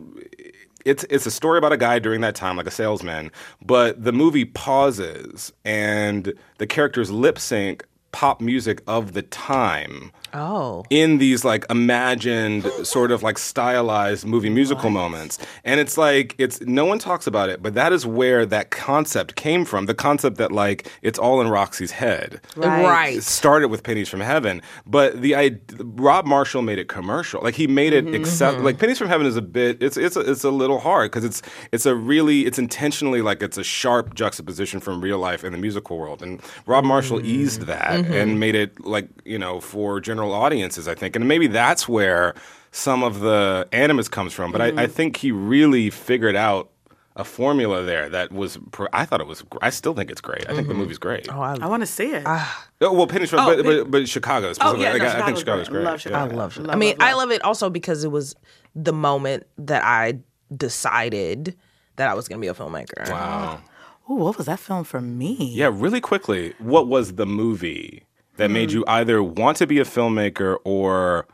It's, it's a story about a guy during that time, like a salesman, but the movie pauses and the characters lip sync pop music of the time
Oh,
in these like imagined sort of like stylized movie musical moments and it's like it's no one talks about it but that is where that concept came from the concept that like it's all in roxy's head
right.
it started with pennies from heaven but the I, rob marshall made it commercial like he made it accept like pennies from heaven is a bit it's it's a, it's a little hard because it's it's a really it's intentionally like it's a sharp juxtaposition from real life and the musical world and rob marshall eased that and made it like you know for general audiences i think and maybe that's where some of the animus comes from but I, I think he really figured out a formula there that was pr- i thought it was gr- i still think it's great i think the movie's great
I want to see it.
Oh, well, Penny Shore, but, but but Chicago
oh
specifically.
yeah,
Like,
no,
I, I think
Chicago's
Chicago's great.
Love Chicago.
Yeah.
I love it. I mean, I love it also because it was the moment that I decided that I was going to be a filmmaker.
Wow.
Ooh, what was that film for me?
Yeah, really quickly, what was the movie that made you either want to be a filmmaker or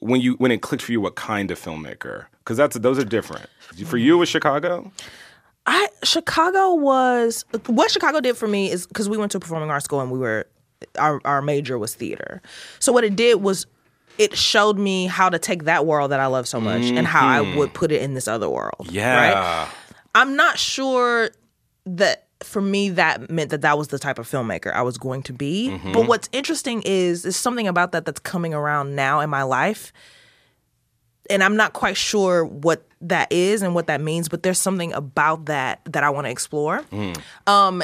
when you when it clicked for you, what kind of filmmaker? Because that's those are different. For you, it was Chicago.
I Chicago was what Chicago did for me is because we went to a performing arts school and we were our our major was theater. So what it did was it showed me how to take that world that I love so much and how I would put it in this other world. Right? I'm not sure that for me that meant that that was the type of filmmaker I was going to be. But what's interesting is is something about that that's coming around now in my life, and I'm not quite sure what that is and what that means. But there's something about that that I want to explore. Um,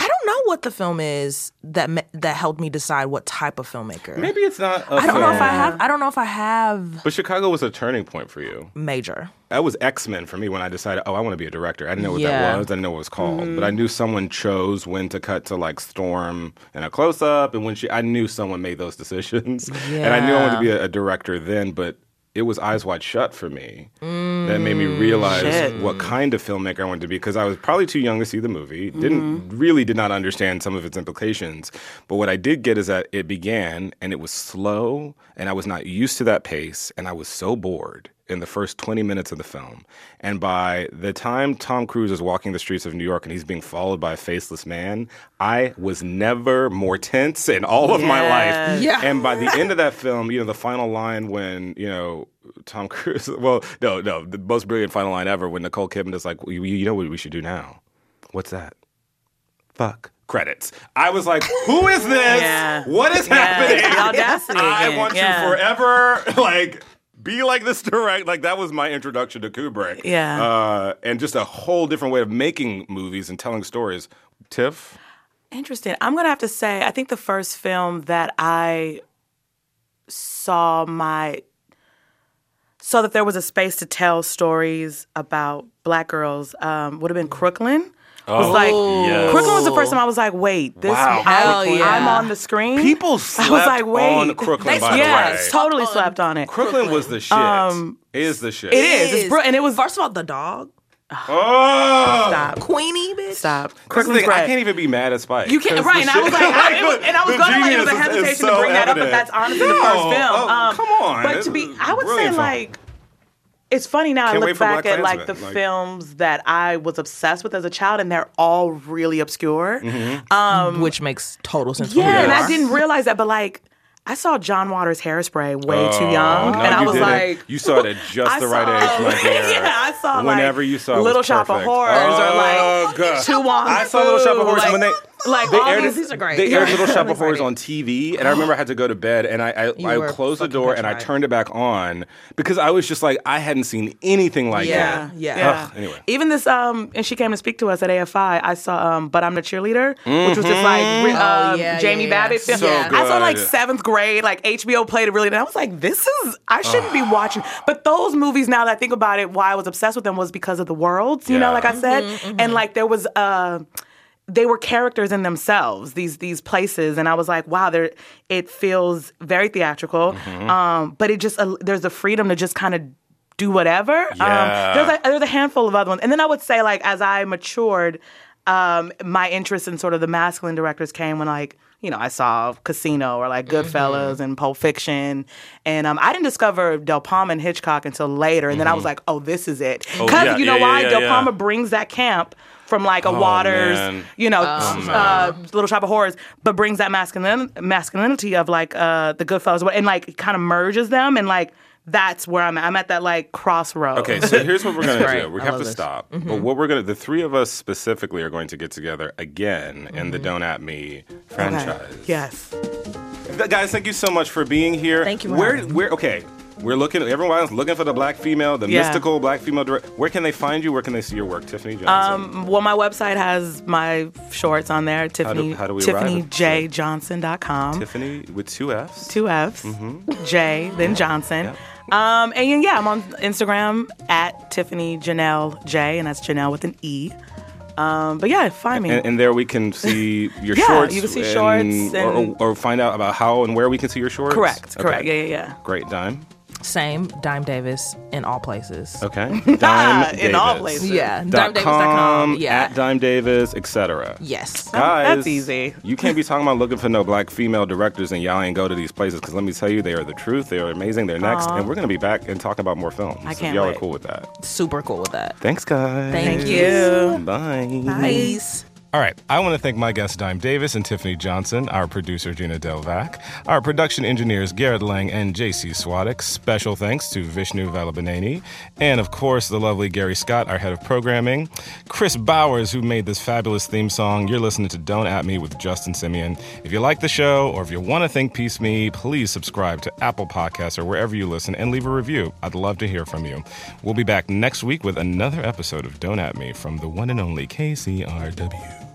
I don't know what the film is that me- that helped me decide what type of filmmaker.
Maybe it's not. I
I don't know if I have. I don't know if I have
But Chicago was a turning point for you.
major.
That was X Men for me when I decided, oh, I want to be a director. I didn't know what
Yeah.
that was. I didn't know what it was called, but I knew someone chose when to cut to like Storm and a close up, and when she, I knew someone made those decisions, and I knew I wanted to be a, a director then, but. it was Eyes Wide Shut for me that made me realize
shit.
what kind of filmmaker I wanted to be because I was probably too young to see the movie. Didn't really did not understand some of its implications. But what I did get is that it began and it was slow and I was not used to that pace and I was so bored in the first 20 minutes of the film. And by the time Tom Cruise is walking the streets of New York and he's being followed by a faceless man, I was never more tense in all of my life.
Yeah.
And by the end of that film, you know, the final line when, you know, Tom Cruise, well, no, no, the most brilliant final line ever when Nicole Kidman is like, well, you, you know what we should do now? What's that? Fuck. Credits. I was like, who is this?
Yeah.
What is
it's
happening?
the audacity
I
again.
want
Yeah.
you forever. Like, be like this direct. Like, that was my introduction to Kubrick.
Yeah.
Uh, and just a whole different way of making movies and telling stories. Tiff?
Interesting. I'm going to have to say, I think the first film that I saw my saw that there was a space to tell stories about black girls um, would have been Crooklyn. was like
Oh, yes.
Crooklyn was the first time I was like, wait, this
Wow,
I,
Crooklyn.
I'm on the screen.
People slept
I was like, wait,
on Crooklyn,
They
by the
slept-
yeah,
way.
totally slept on it.
Crooklyn was the shit. It is the shit.
Um, It is. It's br- and it was
first of all the dog
Oh!
stop,
Queenie bitch.
stop.
That's the
Crooklyn's
thing, I
great.
can't even be mad at Spike.
You can't,
'cause
right?
the
And I
shit-
was like, I, it was, and I was
the
going like it
genius
was a
is- is
hesitation
so
to bring that up, but
evident.
that's honestly the
No,
first film.
oh,
Um,
come on,
But
this
to be,
is
I would say
brilliant film.
like. It's funny now.
Can't
I
wait
look
for Black
back at like the
Klansman, like-
films that I was obsessed with as a child, and they're all really obscure.
Mm-hmm.
which makes total sense.
Oh,
Yeah,
when you
and
are.
I didn't realize that, but like, I saw John Waters' Hairspray way too
Oh,
young,
no,
and I
you
was
didn't.
like,
you saw it at just
I
the right
saw-
age, my dear.
Yeah, I saw, like,
whenever you saw it was
Little Shop of
perfect.
Horrors or, like,
Oh, God.
Two Wong
I saw Little Shop of
Fu,
Horrors
like-
when they.
like
They
all
aired,
these-
these are great.
they
Yeah.
aired Little Shop
These are
of Horrors
great.
on TV, and I remember I had to go to bed, and I I,
were
I closed the
fucking
door and I
petrified.
turned it back on because I was just like I hadn't seen anything like
Yeah,
that.
yeah.
Ugh, anyway,
Even this, um, and she came to speak to us at AFI. I saw, um, but I'm the cheerleader, which was just like re-
Oh,
um,
yeah,
Jamie
yeah, yeah.
Babbitt. film.
So
I saw like
good.
seventh grade, like HBO played it really, and I was like, this is I shouldn't be watching. But those movies, now that I think about it, why I was obsessed with them was because of the worlds, you know,
Yeah.
like I said,
Mm-hmm,
and like there was. Uh, they were characters in themselves these these places and i was like wow there it feels very theatrical
Mm-hmm.
um, but it just uh, there's a freedom to just kind of do whatever
Yeah.
um, there's like there's a handful of other ones and then i would say like as i matured um, my interest in sort of the masculine directors came when like you know i saw casino or like
Mm-hmm.
goodfellas and pulp fiction and um, i didn't discover del palma and hitchcock until later and then i was like oh this is it because
Mm-hmm. yeah,
you know
yeah,
why
yeah,
del
yeah. Oh,
palma brings that camp from like a Waters,
man.
you know, uh, Little Shop of Horrors, but brings that masculin- masculinity of like uh, the Goodfellas and like kind of merges them and like that's where I'm at. I'm at that like crossroad.
Okay, so here's what we're going to
great.
do. We
I
have
love
to
this. Mm-hmm.
stop. But what we're going to, the three of us specifically are going to get together again in
Mm-hmm.
the Don't At Me
Okay.
franchise.
Yes.
Th- Guys, thank you so much for being here.
Thank you for
Where,
having me.
where, okay, we're looking, everyone's looking for the black female, the
Yeah.
mystical black female director. Where can they find you? Where can they see your work? Tiffany Johnson.
Um,
Well, my website has my shorts on there. Tiffany
how do we arrive at-
TiffanyJJohnson.com.
Tiffany with two F's.
Mm-hmm. Two F's,
Mm-hmm.
J, then Johnson. Um, and then, yeah, I'm on Instagram at Tiffany Janelle J, and that's Janelle with an E. Um, but yeah, find me.
And, and there we can see your
Yeah,
shorts.
you can see shorts
or-
and-
Or, or find out about how and where we can see your shorts.
Correct,
Okay.
correct. Yeah, yeah, yeah.
Great dime.
Same Dime Davis in all places.
Okay. Dime
In all
Davis.
places.
Yeah,
Dot
dimedavis.com. Yeah.
At Dime Davis, etc.
yes.
Guys,
that's easy.
You can't be talking about looking for no black female directors and y'all ain't go to these places because let me tell you, they are the truth. They are amazing. They're next, and we're gonna be back and talking about more films.
I
if
can't
y'all
wait.
are cool with that.
Super cool with that.
Thanks, guys.
Thank you.
Bye.
Peace.
All right. I want to thank my guests, Dime Davis and Tiffany Johnson, our producer, Gina Delvac, our production engineers, Garrett Lang and JC Swadek. Special thanks to Vishnu Vallabhaneni, and of course, the lovely Gary Scott, our head of programming, Chris Bowers, who made this fabulous theme song. You're listening to Don't At Me with Justin Simeon. If you like the show or if you want to think Peace Me, please subscribe to Apple Podcasts or wherever you listen and leave a review. I'd love to hear from you. We'll be back next week with another episode of Don't At Me from the one and only KCRW.